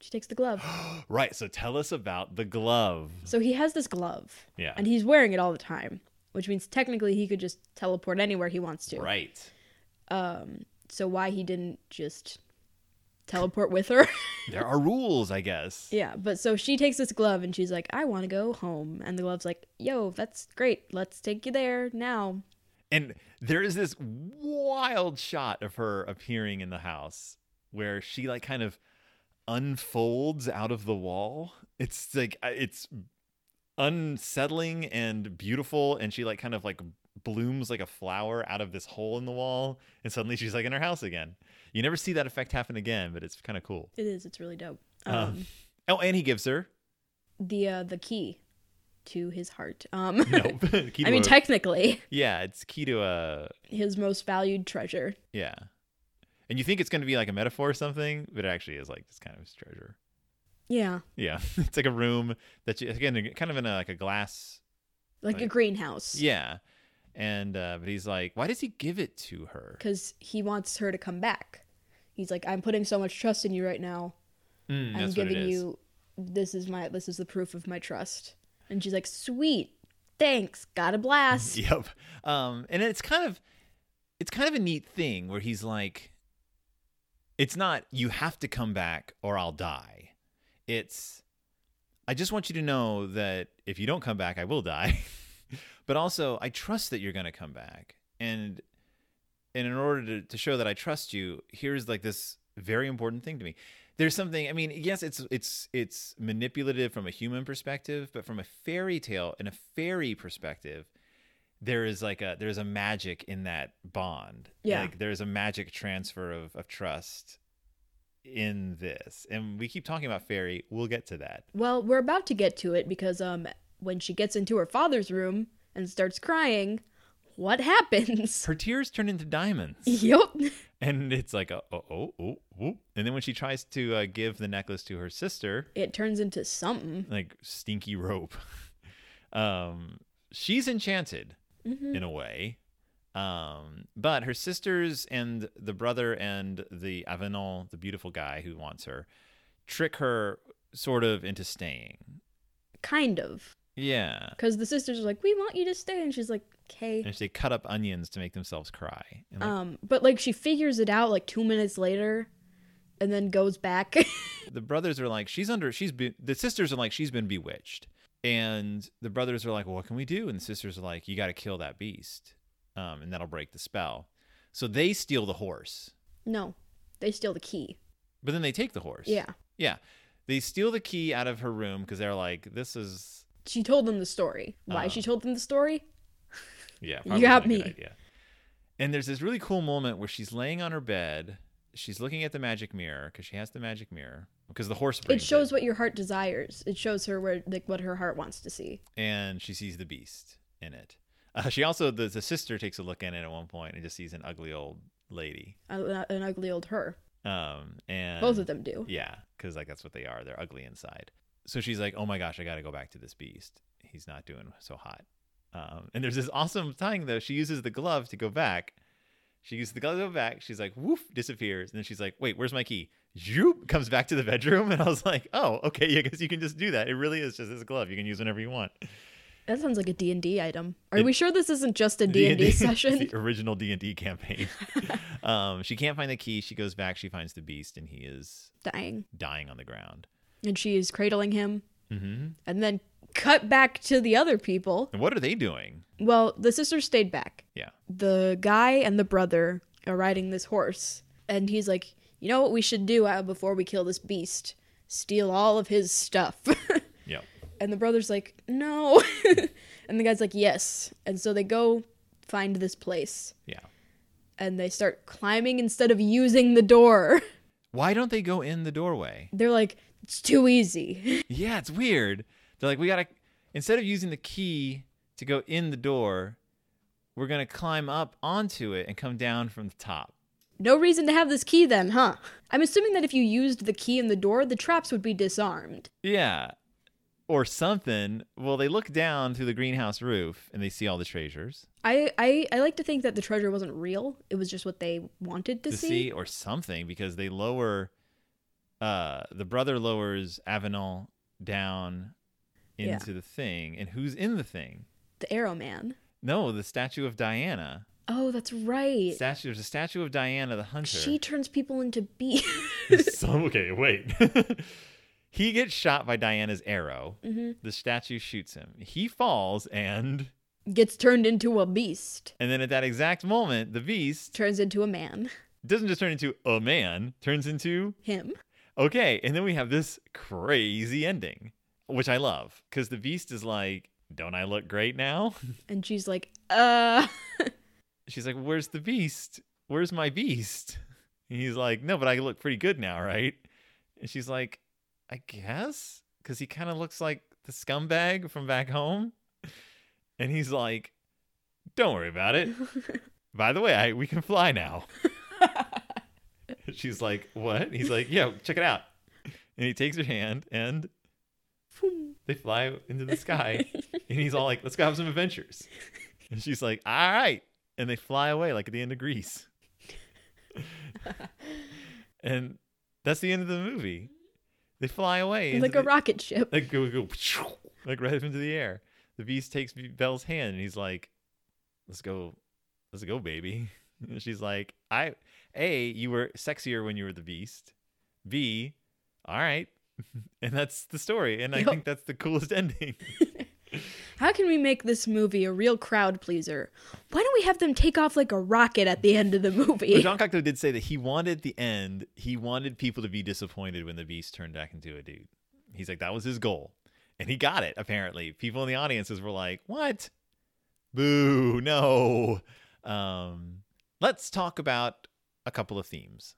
She takes the glove.
Right. So tell us about the glove.
So he has this glove.
Yeah.
And he's wearing it all the time, which means technically he could just teleport anywhere he wants to.
Right.
So why he didn't just teleport with her?
There are rules, I guess.
yeah. But so she takes this glove and she's like, I want to go home. And the glove's like, yo, that's great. Let's take you there now.
And there is this wild shot of her appearing in the house where she like kind of unfolds out of the wall. It's like uh, it's unsettling and beautiful and she like kind of like blooms like a flower out of this hole in the wall and suddenly she's like in her house again. You never see that effect happen again, but it's kind of cool.
It is. It's really dope. Um,
Uh, oh, and he gives her
the uh, the key to his heart. Um,
no. key to
I mean,
a-
technically,
yeah, it's key to a
his most valued treasure.
Yeah. And you think it's going to be like a metaphor or something, but it actually is like this kind of his treasure.
Yeah,
Yeah. It's like a room that you, again, kind of in a, like a glass.
like a
Right.
greenhouse.
Yeah. And, uh, but he's like, why does he give it to her?
because he wants her to come back. He's like, I'm putting so much trust in you right now.
Mm,
I'm
that's what it is.
giving you this is my this is the proof of my trust. And she's like, sweet, thanks, got a blast.
Yep. Um, and it's kind of, it's kind of a neat thing where he's like, it's not, you have to come back or I'll die. It's, I just want you to know that if you don't come back, I will die. but also, I trust that you're going to come back. And, and in order to, to show that I trust you, here's like this very important thing to me. There's something, I mean, yes, it's it's it's manipulative from a human perspective, but from a fairy tale and a fairy perspective, there is like a there's a magic in that bond.
Yeah.
Like there's a magic transfer of, of trust in this. And we keep talking about fairy. We'll get to that.
Well, we're about to get to it because um when she gets into her father's room and starts crying, what happens?
Her tears turn into diamonds.
yup.
And it's like a oh oh oh, oh. and then when she tries to uh, give the necklace to her sister,
It turns into something.
like stinky rope. um, she's enchanted
Mm.
in a way, um, but her sisters and the brother and the Avenant, the beautiful guy who wants her, trick her sort of into staying.
Kind of.
Yeah,
Because the sisters are like, We want you to stay and she's like, Okay.
and they cut up onions to make themselves cry. And like,
Um, but like she figures it out like two minutes later, and then goes back.
the brothers are like she's under she's been the sisters are like she's been bewitched and the brothers are like well, what can we do and the sisters are like you got to kill that beast um, and that'll break the spell so they steal the horse
no, they steal the key.
but then they take the horse
Yeah,
yeah they steal the key out of her room because they're like this is
she told them the story. Why
Uh-huh.
she told them the story?
yeah
You
probably
got
not a good
me.
idea. and there's this really cool moment where she's laying on her bed she's looking at the magic mirror because she has the magic mirror because the horse
It
brings
shows what your heart desires. It shows her where like what her heart wants to see.
and she sees the beast in it. Uh, she also the, the sister takes a look in it at one point and just sees an ugly old lady.
An an ugly old her.
Um, and
Both of them do.
yeah, because like that's what they are. They're ugly inside. So she's like, "Oh my gosh, I got to go back to this beast. He's not doing so hot." Um, and there's this awesome thing though. She uses the glove to go back. She uses the glove to go back. She's like, "Woof!" disappears, and then she's like, "Wait, where's my key?" Zoop comes back to the bedroom, and I was like, "Oh, okay. I guess you can just do that. It really is just this glove. You can use whenever you want."
That sounds like a D and D item. Are
It-
we sure this isn't just a D and D session?
the original D and D campaign. um, she can't find the key. She goes back. She finds the beast, and he is
Dying,
dying on the ground.
and she is cradling him,
Mm-hmm.
and then cut back to the other people.
And what are they doing?
Well, the sisters stayed back.
Yeah,
the guy and the brother are riding this horse and he's like you know what we should do uh, before we kill this beast steal all of his stuff
yep.
and the brother's like no and the guy's like yes and so they go find this place
yeah.
and they start climbing instead of using the door
Why don't they go in the doorway?
they're like it's too easy
Yeah, it's weird. They're like, we gotta instead of using the key to go in the door, we're gonna climb up onto it and come down from the top.
No reason to have this key then, huh? I'm assuming that if you used the key in the door, the traps would be disarmed.
Yeah. Or something. Well, they look down through the greenhouse roof and they see all the treasures
I, I, I like to think that the treasure wasn't real. It was just what they wanted to,
to
see.
see or something because they lower uh the brother lowers Avenant down
Yeah.
into the thing. And who's in the thing?
The Arrow Man.
No, the statue of Diana.
Oh, that's right.
Statue there's a statue of Diana the Hunter.
She turns people into bees.
Some, okay, wait. he gets shot by Diana's arrow.
Mm-hmm.
The statue shoots him. He falls and
Gets turned into a beast.
and then at that exact moment, the beast
Turns into a man.
doesn't just turn into a man, turns into
Him.
okay, and then we have this crazy ending, which I love cuz the beast is like, "Don't I look great now?"
And she's like, uh.
She's like, "Where's the beast? Where's my beast?" And he's like, "No, but I look pretty good now, right?" And she's like, "I guess, because he kind of looks like the scumbag from back home." And he's like, "Don't worry about it. By the way, I, we can fly now." she's like, "What?" He's like, "Yeah, check it out." And he takes her hand, and
phoom.
they fly into the sky. and he's all like, "Let's go have some adventures." And she's like, "All right." And they fly away like at the end of Greece. and that's the end of the movie. They fly away into
like a
the-
rocket ship.
Like go go like right up into the air. The beast takes Belle's hand and he's like, "Let's go, let's go, baby." And she's like, "I a you were sexier when you were the beast. B, all right." And that's the story. And I
Yep.
think that's the coolest ending.
How can we make this movie a real crowd pleaser? Why don't we have them take off like a rocket at the end of the
But
movie?
John Cocteau did say that he wanted the end. He wanted people to be disappointed when the beast turned back into a dude. He's like that was his goal, and he got it. Apparently, people in the audiences were like, "What? Boo! No." Um, let's talk about a couple of themes.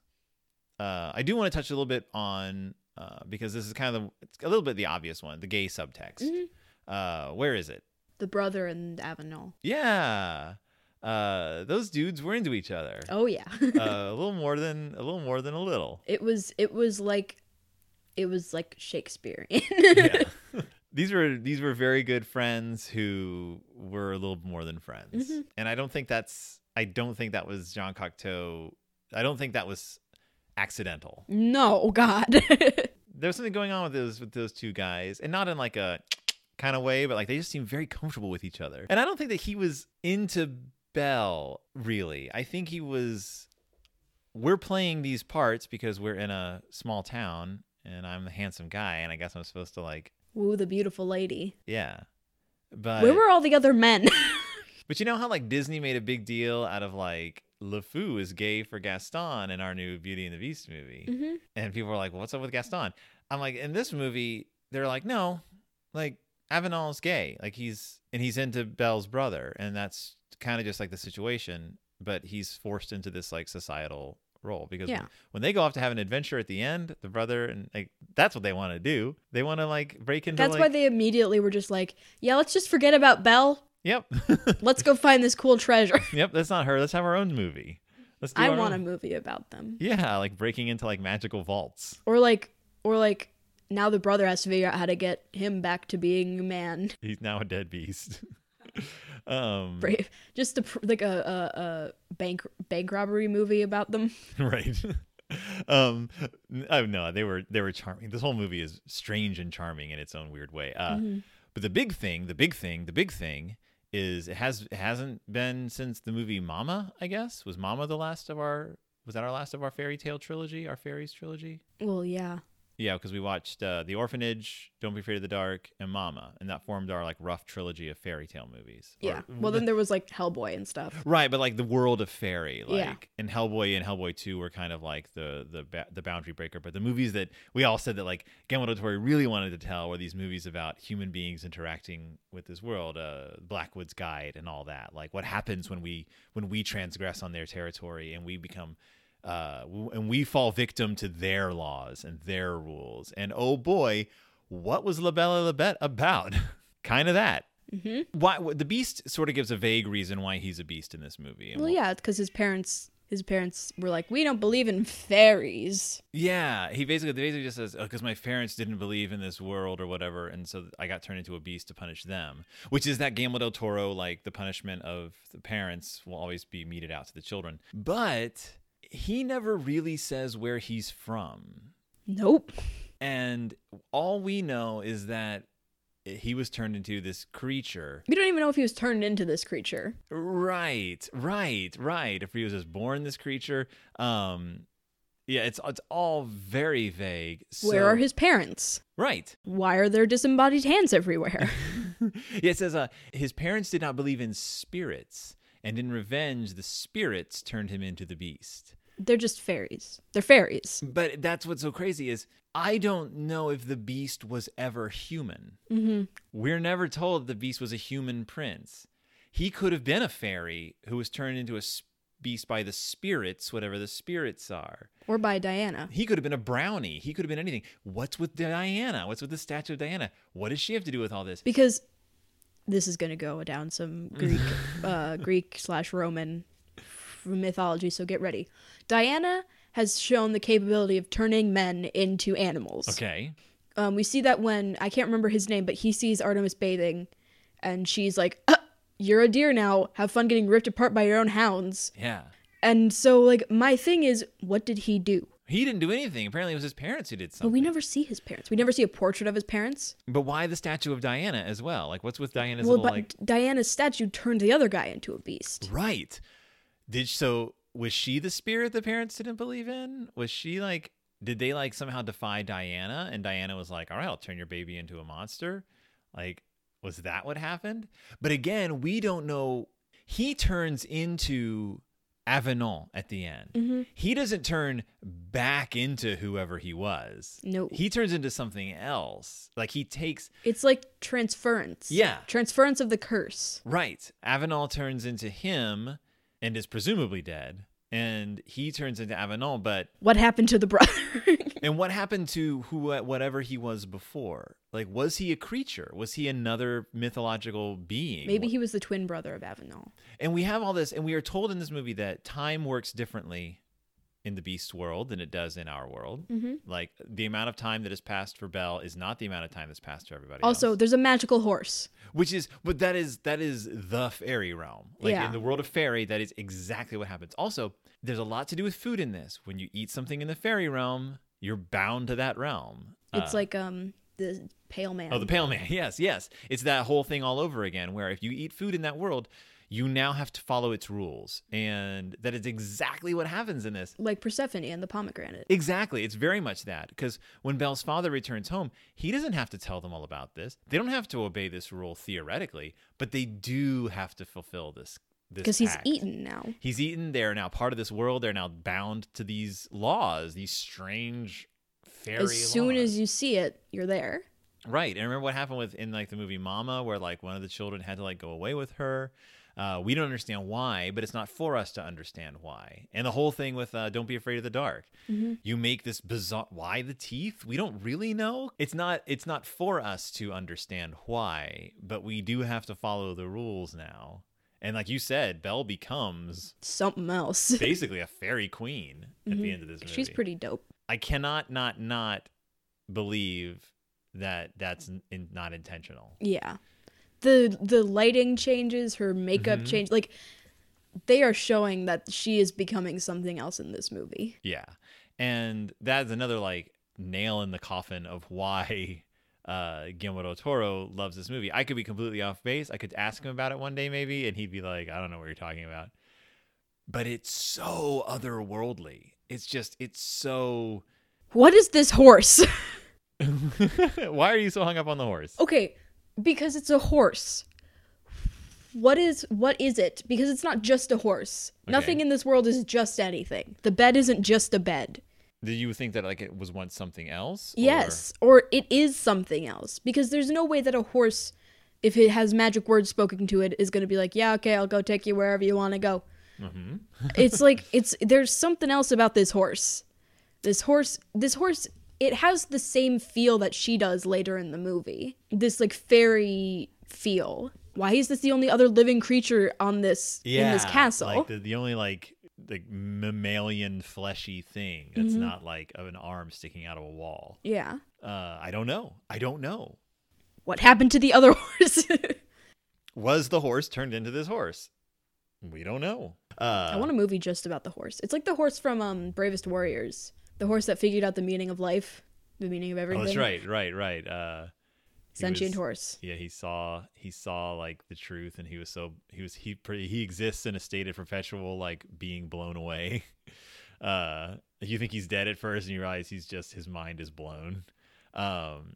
Uh, I do want to touch a little bit on uh, because this is kind of the, it's a little bit the obvious one, the gay subtext.
Mhm.
Uh, where is it?
The brother and Avenel.
Yeah, uh, those dudes were into each other
Oh yeah.
uh, a little more than a little more than a little.
it was it was like it was like Shakespearean.
Yeah. these were these were very good friends who were a little more than friends.
Mhm.
And I don't think that's I don't think that was John Cocteau. I don't think that was accidental.
no, God.
There was something going on with those with those two guys, and not in like a kind of way, but like they just seemed very comfortable with each other. And I don't think that he was into Belle really. I think he was we're playing these parts because we're in a small town and I'm a handsome guy and I guess I'm supposed to like
Woo, the beautiful lady.
yeah. But
Where were all the other men?
but you know how like Disney made a big deal out of like LeFou is gay for Gaston in our new Beauty and the Beast movie.
hmm
And people were like, "What's up with Gaston?" I'm like, "In this movie, they're like, no, like Avenal's gay, like he's and he's into Belle's brother, and that's kind of just like the situation, but he's forced into this like societal role because
Yeah.
when, when they go off to have an adventure at the end, the brother and like that's what they want to do. They want to like break into
That's
like,
why they immediately were just like, yeah, let's just forget about Belle.
yep,
Let's go find this cool treasure.
yep, that's not her. Let's have our own movie. Let's do
I
our
want a
own.
movie about them.
Yeah, like breaking into like magical vaults.
Or like or like now the brother has to figure out how to get him back to being a man.
He's now a dead beast. um,
Brave. Just a, pr- like a, a, a bank bank robbery movie about them.
right um n- oh no they were they were charming this whole movie is strange and charming in its own weird way uh
Mm-hmm.
but the big thing the big thing the big thing is it has it hasn't been since the movie mama i guess was mama the last of our was that our last of our fairy tale trilogy our fairies trilogy
Well, yeah.
yeah because we watched uh, the orphanage don't be afraid of the dark and mama and that formed our like rough trilogy of fairy tale movies Or-
Yeah. Well, then there was like Hellboy and stuff.
Right, but like the world of fairy, like
Yeah.
and Hellboy and Hellboy Two were kind of like the the ba- the boundary breaker. But the movies that we all said that like Guillermo del Toro really wanted to tell were these movies about human beings interacting with this world, uh, Blackwood's Guide and all that. Like what happens when we when we transgress on their territory and we become uh, w- and we fall victim to their laws and their rules. And oh boy, what was La Bella Lebet about? kind of that.
Mm-hmm.
Why the Beast sort of gives a vague reason why he's a beast in this movie. and
Well,
we'll-
yeah, because his parents, his parents were like, we don't believe in fairies.
Yeah, he basically they basically just says, "Oh, because my parents didn't believe in this world or whatever, and so I got turned into a beast to punish them." Which is that Guillermo del Toro like the punishment of the parents will always be meted out to the children, but he never really says where he's from,
Nope.
and all we know is that he was turned into this creature.
We don't even know if he was turned into this creature.
Right, right, right. If he was just born this creature, um, yeah, it's it's all very vague.
Where
so-
are his parents?
right?
Why are there disembodied hands everywhere?
it says uh, his parents did not believe in spirits, and in revenge, the spirits turned him into the beast.
They're just fairies. They're fairies.
But that's what's so crazy is I don't know if the beast was ever human.
Mm-hmm.
We're never told the beast was a human prince. He could have been a fairy who was turned into a s- beast by the spirits, whatever the spirits are.
Or by Diana.
He could have been a brownie. He could have been anything. What's with Diana? What's with the statue of Diana? What does she have to do with all this?
because this is going to go down some Greek, uh, Greek slash Roman mythology. So get ready. Diana has shown the capability of turning men into animals.
Okay.
Um, we see that when I can't remember his name, but he sees Artemis bathing, and she's like, "Ah, "You're a deer now. Have fun getting ripped apart by your own hounds."
Yeah.
And so, like, my thing is, what did he do?
He didn't do anything. Apparently, it was his parents who did
But
something.
we never see his parents. We never see a portrait of his parents.
But why the statue of Diana as well? Like, what's with Diana's
well,
little
but
like?
Diana's statue turned the other guy into a beast.
Right. Did so? Was she the spirit the parents didn't believe in? Was she like? Did they like somehow defy Diana? And Diana was like, "All right, I'll turn your baby into a monster." Like, was that what happened? But again, we don't know. He turns into Avenant at the end. He doesn't turn back into whoever he was.
No.
He turns into something else. Like he takes
It's like transference.
Yeah.
Transference of the curse.
Right. Avenal turns into him and is presumably dead. And he turns into Avenal, but
What happened to the brother?
and what happened to who whatever he was before? Like was he a creature? Was he another mythological being?
Maybe he was the twin brother of Avenal.
And we have all this and we are told in this movie that time works differently in the beast world than it does in our world.
Mm-hmm.
Like the amount of time that has passed for Belle is not the amount of time that's passed for everybody. else.
Also, there's a magical horse.
which is but that is that is the fairy realm like
Yeah.
in the world of fairy that is exactly what happens also there's a lot to do with food in this when you eat something in the fairy realm you're bound to that realm
it's like um the pale man.
Uh. oh the pale man yes yes it's that whole thing all over again where if you eat food in that world you now have to follow its rules and that is exactly what happens in this
like Persephone and the pomegranate.
Exactly. It's very much that. Because when Belle's father returns home, he doesn't have to tell them all about this. They don't have to obey this rule theoretically, but they do have to fulfill this. Because
Because he's eaten now.
He's eaten. They're now part of this world. They're now bound to these laws, these strange fairy
as soon
laws.
as you see it, you're there.
Right. And remember what happened with in like the movie Mama, where like one of the children had to like go away with her. Uh, we don't understand why, but it's not for us to understand why. And the whole thing with uh, Don't Be Afraid of the Dark. You make this bizarre why the teeth? We don't really know. It's not it's not for us to understand why, but we do have to follow the rules now. And like you said, Belle becomes
Something else.
basically a fairy queen at the end of this movie.
She's pretty dope.
I cannot not not believe that that's n- in, not intentional.
Yeah. The the lighting changes, her
Mm-hmm.
makeup change. changes. Like they are showing that she is becoming something else in this movie.
Yeah. And that's another like nail in the coffin of why uh Guillermo del Toro loves this movie. I could be completely off base. I could ask him about it one day maybe and he'd be like, "I don't know what you're talking about." But it's so otherworldly. It's just it's so
What is this horse?
Why are you so hung up on the horse?
Okay, because it's a horse. What is what is it? Because it's not just a horse. Nothing
Okay.
in this world is just anything. The bed isn't just a bed.
Did you think that like it was once something else? or-
Yes, or it is something else. Because there's no way that a horse, if it has magic words spoken to it, is going to be like, yeah, okay, I'll go take you wherever you want to go.
Mm-hmm.
it's like it's there's something else about this horse. This horse, this horse it has the same feel that she does later in the movie. This like fairy feel. Why is this the only other living creature on this
yeah,
in this castle?
Like the, the only like like mammalian fleshy thing
Mm-hmm.
that's not like of an arm sticking out of a wall.
yeah.
Uh, I don't know. I don't know.
What happened to the other horse?
Was the horse turned into this horse? We don't know. Uh,
I want a movie just about the horse. It's like the horse from um, Bravest Warriors, the horse that figured out the meaning of life, the meaning of everything.
oh, that's right, right, right. Uh, he
Sentient
was-
horse.
Yeah, he saw he saw like the truth, and he was so he was he pretty he exists in a state of perpetual like being blown away. Uh, you think he's dead at first, and you realize he's just his mind is blown. Um,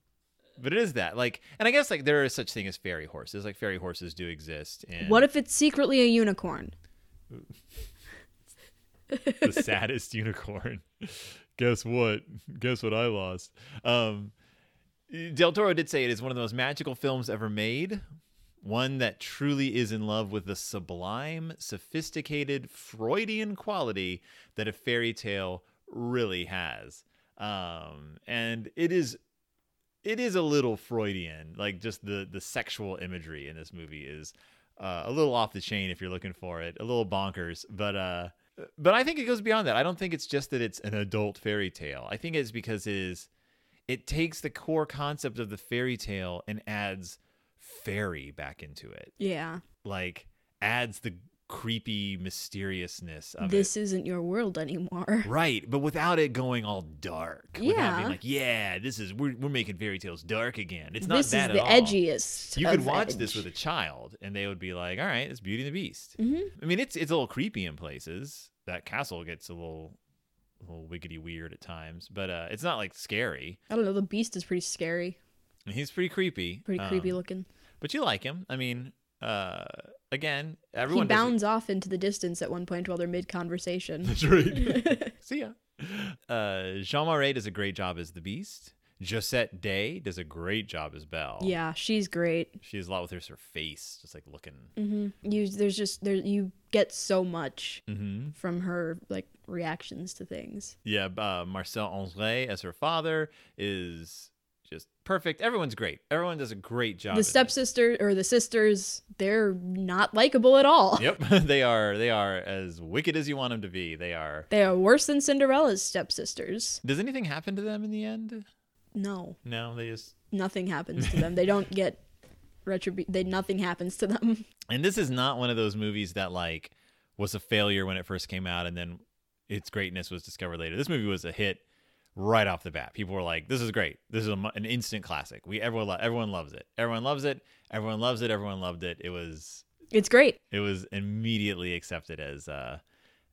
but it is that like, and I guess like there is such thing as fairy horses. Like fairy horses do exist. And
What if it's secretly a unicorn?
the saddest unicorn. Guess what? Guess what I lost. Um, Del Toro did say it is one of the most magical films ever made. One that truly is in love with the sublime, sophisticated Freudian quality that a fairy tale really has. Um, and it is it is a little Freudian. Like just the the sexual imagery in this movie is uh, a little off the chain if you're looking for it, a little bonkers. But uh, but I think it goes beyond that. I don't think it's just that it's an adult fairy tale. I think it's because it is it takes the core concept of the fairy tale and adds fairy back into it.
Yeah.
Like adds the creepy mysteriousness of it.
This is isn't your world anymore.
Right, but without it going all dark. Without
Yeah.
being like, yeah, this is we're, we're making fairy tales dark again. It's not
This is
that
the
at all.
edgiest.
You could
of
watch
edge.
this with a child, and they would be like, "All right, it's Beauty and the Beast."
Mhm.
I mean, it's it's a little creepy in places. That castle gets a little, a little wiggity weird at times, but uh, it's not like scary.
I don't know. The beast is pretty scary.
I mean, he's pretty creepy.
Pretty
um,
creepy looking.
But you like him. I mean, uh, again,
He
everyone doesn't-
bounds off into the distance at one point while they're mid conversation.
That's right. See ya. Uh, Jean Marais does a great job as the Beast. Josette Day does a great job as Belle.
Yeah, she's great.
She does a lot with her, her face, just like looking.
hmm You there's just there you get so much
Mm-hmm.
from her like reactions to things.
Yeah, uh, Marcel Anglet as her father is just perfect. Everyone's great. Everyone does a great job. in
the
this.
stepsister or the sisters, they're not likable at all.
Yep, they are. They are as wicked as you want them to be. They are.
They are worse than Cinderella's stepsisters.
Does anything happen to them in the end?
No,
No, they just
nothing happens to them. They don't get retribu They nothing happens to them.
And this is not one of those movies that like was a failure when it first came out and then its greatness was discovered later. This movie was a hit right off the bat. People were like, "This is great. This is a, mu- an instant classic. We everyone lo- everyone loves it. Everyone loves it. Everyone loves it. Everyone loved it. It was
It's great.
it was immediately accepted as uh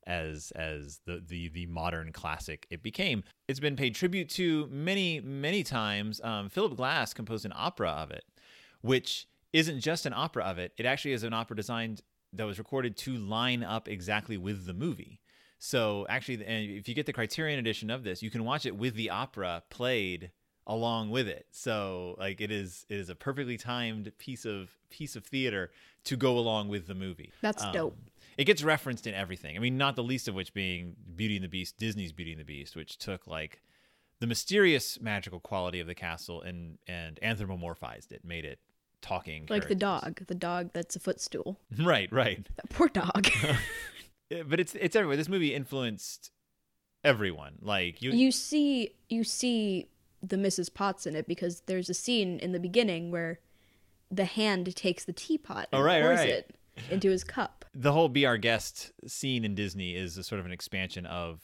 as as the the the modern classic it became. It's been paid tribute to many many times. Um, Philip Glass composed an opera of it, which isn't just an opera of it. It actually is an opera designed that was recorded to line up exactly with the movie. So actually, and if you get the Criterion edition of this, you can watch it with the opera played along with it. So like it is it is a perfectly timed piece of piece of theater to go along with the movie. Um,
That's dope.
It gets referenced in everything. I mean, not the least of which being Beauty and the Beast, Disney's Beauty and the Beast, which took like the mysterious magical quality of the castle and and anthropomorphized it, made it talking
Like the
characters.
dog, the dog that's a footstool.
Right, right.
That poor dog.
Uh, But it's it's everywhere. This movie influenced everyone. Like you,
you see you see the Mrs. Potts in it because there's a scene in the beginning where the hand takes the teapot and
Oh, right,
pours
right.
it into his cup.
the whole be our guest scene in Disney is a sort of an expansion of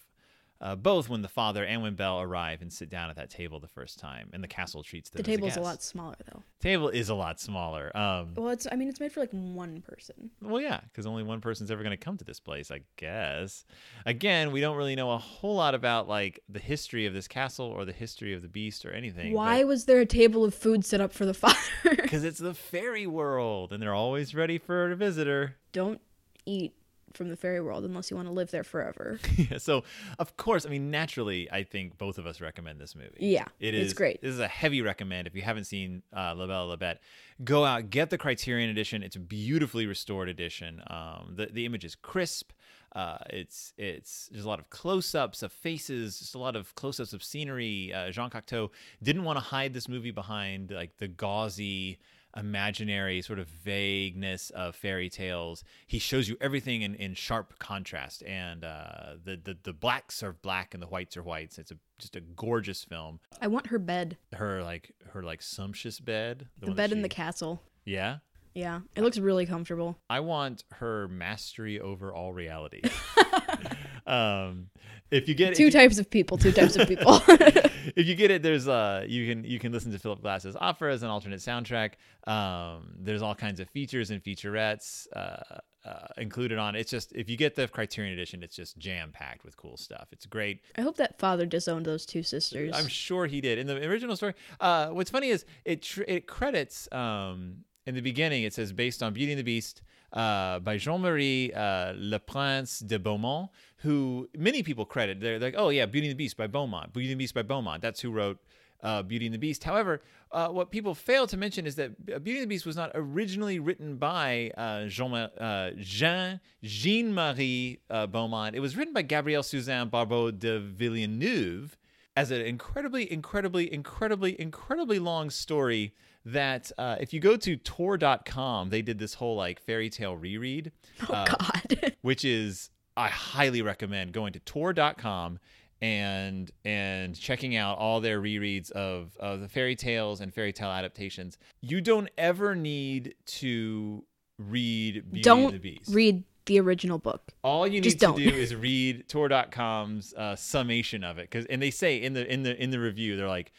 uh, both when the father and when Belle arrive and sit down at that table the first time, and the castle treats them.
The
as
table's a
guest.
lot smaller though.
Table is a lot smaller. Um,
Well, it's I mean it's made for like one person.
well, yeah, because only one person's ever going to come to this place, I guess. Again, we don't really know a whole lot about like the history of this castle or the history of the beast or anything.
Why was there a table of food set up for the father?
Because it's the fairy world, and they're always ready for a visitor.
Don't eat from the fairy world unless you want to live there forever.
Yeah, so of course, I mean, naturally, I think both of us recommend this movie.
Yeah,
it is
it's great.
This is a heavy recommend. If you haven't seen uh, La Belle et La Bête, go out get the Criterion edition. It's a beautifully restored edition. Um, the the image is crisp. Uh, it's it's there's a lot of close-ups of faces, just a lot of close-ups of scenery. Uh, Jean Cocteau didn't want to hide this movie behind like the gauzy imaginary sort of vagueness of fairy tales. He shows you everything in, in sharp contrast, and uh, the, the the blacks are black and the whites are whites. It's a just a gorgeous film.
I want her bed,
Her like her like sumptuous bed,
the bed in the castle.
the yeah.
Yeah, it looks really comfortable.
I want her mastery over all reality. um, if you get
Two types of people, two types of people.
if you get it, there's uh you can you can listen to Philip Glass's opera as an alternate soundtrack. Um, there's all kinds of features and featurettes uh, uh, included on. it. It's just if you get the Criterion edition, it's just jam packed with cool stuff. It's great.
I hope that father disowned those two sisters.
I'm sure he did in the original story. Uh, what's funny is it tr- it credits um in the beginning it says based on Beauty and the Beast. Uh, by Jean Marie uh, Le Prince de Beaumont, who many people credit. They're like, oh, yeah, Beauty and the Beast by Beaumont. Beauty and the Beast by Beaumont. That's who wrote uh, Beauty and the Beast. However, uh, what people fail to mention is that Beauty and the Beast was not originally written by uh, Jean, uh, Jean Jean Marie uh, Beaumont. It was written by Gabrielle Suzanne Barbeau de Villeneuve as an incredibly, incredibly, incredibly, incredibly long story. That uh, if you go to tour.com, they did this whole like fairy tale reread uh,
oh God.
which is I highly recommend going to tour.com and and checking out all their rereads of, of the fairy tales and fairy tale adaptations. You don't ever need to read Beauty and the
Don't
Beast.
read the original book.
all you need
just
to
don't.
do is read tour.com's uh, summation of it cuz and they say in the in the in the review they're like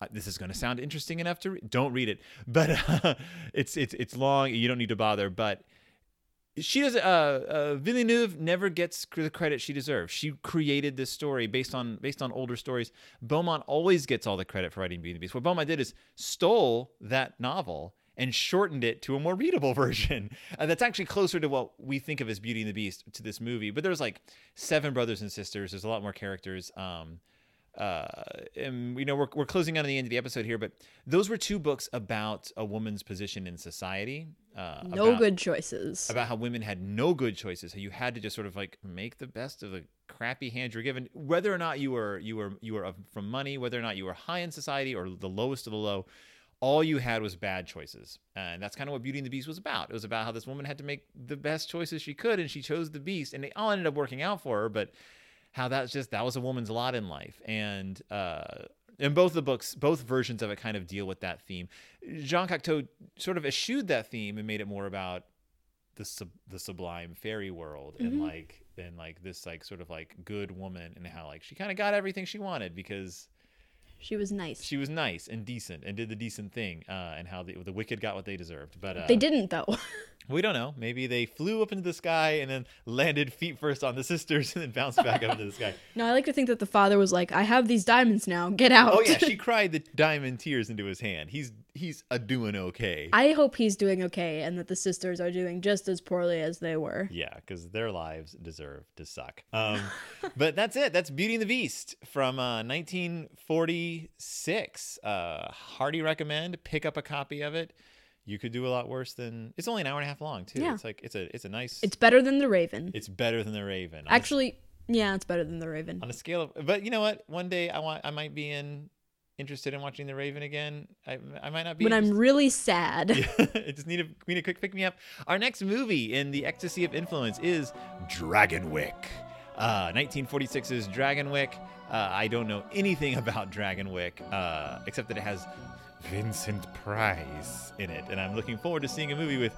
uh, this is going to sound interesting enough to re-. don't read it but uh, it's it's it's long you don't need to bother but she does uh, uh Villeneuve never gets cr- the credit she deserves. She created this story based on based on older stories. Beaumont always gets all the credit for writing Beauty and the Beast. What Beaumont did is stole that novel and shortened it to a more readable version. Uh, that's actually closer to what we think of as Beauty and the Beast to this movie. But there's like seven brothers and sisters. There's a lot more characters. Um, uh, and you know we're, we're closing on the end of the episode here, but those were two books about a woman's position in society. Uh,
No
about-
good choices.
about how women had no good choices how you had to just sort of like make the best of the crappy hand you're given whether or not you were you were you were of- from money whether or not you were high in society or the lowest of the low all you had was bad choices and that's kind of what beauty and the beast was about it was about how this woman had to make the best choices she could and she chose the beast and they all ended up working out for her but how that's just that was a woman's lot in life and uh and both the books both versions of it kind of deal with that theme jean cocteau sort of eschewed that theme and made it more about the sub, the sublime fairy world and like and like this like sort of like good woman and how like she kind of got everything she wanted because
She was nice.
she was nice and decent and did the decent thing uh, and how the, the wicked got what they deserved but uh,
they didn't though.
we don't know maybe they flew up into the sky and then landed feet first on the sisters and then bounced back up into the sky
no, I like to think that the father was like, "I have these diamonds now. Get out."
oh yeah she cried the diamond tears into his hand he's he's a doing okay
I hope he's doing okay and that the sisters are doing just as poorly as they were.
Yeah, because their lives deserve to suck. Um, but that's it. That's Beauty and the Beast from uh, 1946. Uh, hearty recommend. Pick up a copy of it. You could do a lot worse than. It's only an hour and a half long too.
Yeah.
It's like it's a it's a nice.
It's better than the Raven.
it's better than the Raven. On a-
Actually, yeah, it's better than the Raven.
on a scale of, but you know what? One day I want I might be in interested in watching the Raven again. I I might not be
When
interested-
I'm really sad.
I just need a, we need a quick pick me up. Our next movie in the ecstasy of influence is Dragonwick. Uh, 1946's Dragonwick. Uh, I don't know anything about Dragonwick uh, except that it has Vincent Price in it, and I'm looking forward to seeing a movie with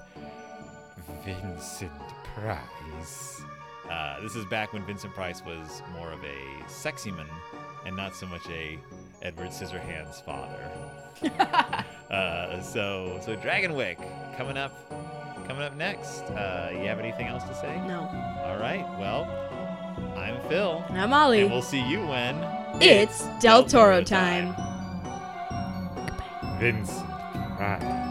Vincent Price. Uh, this is back when Vincent Price was more of a sexy man and not so much a Edward Scissorhands father. Uh, so so Dragonwick coming up coming up next. Uh, you have anything else to say?
No.
All right. Well, I'm Phil,
And I'm Ollie.
and we'll see you when
It's Del Toro time.
Vince. Price.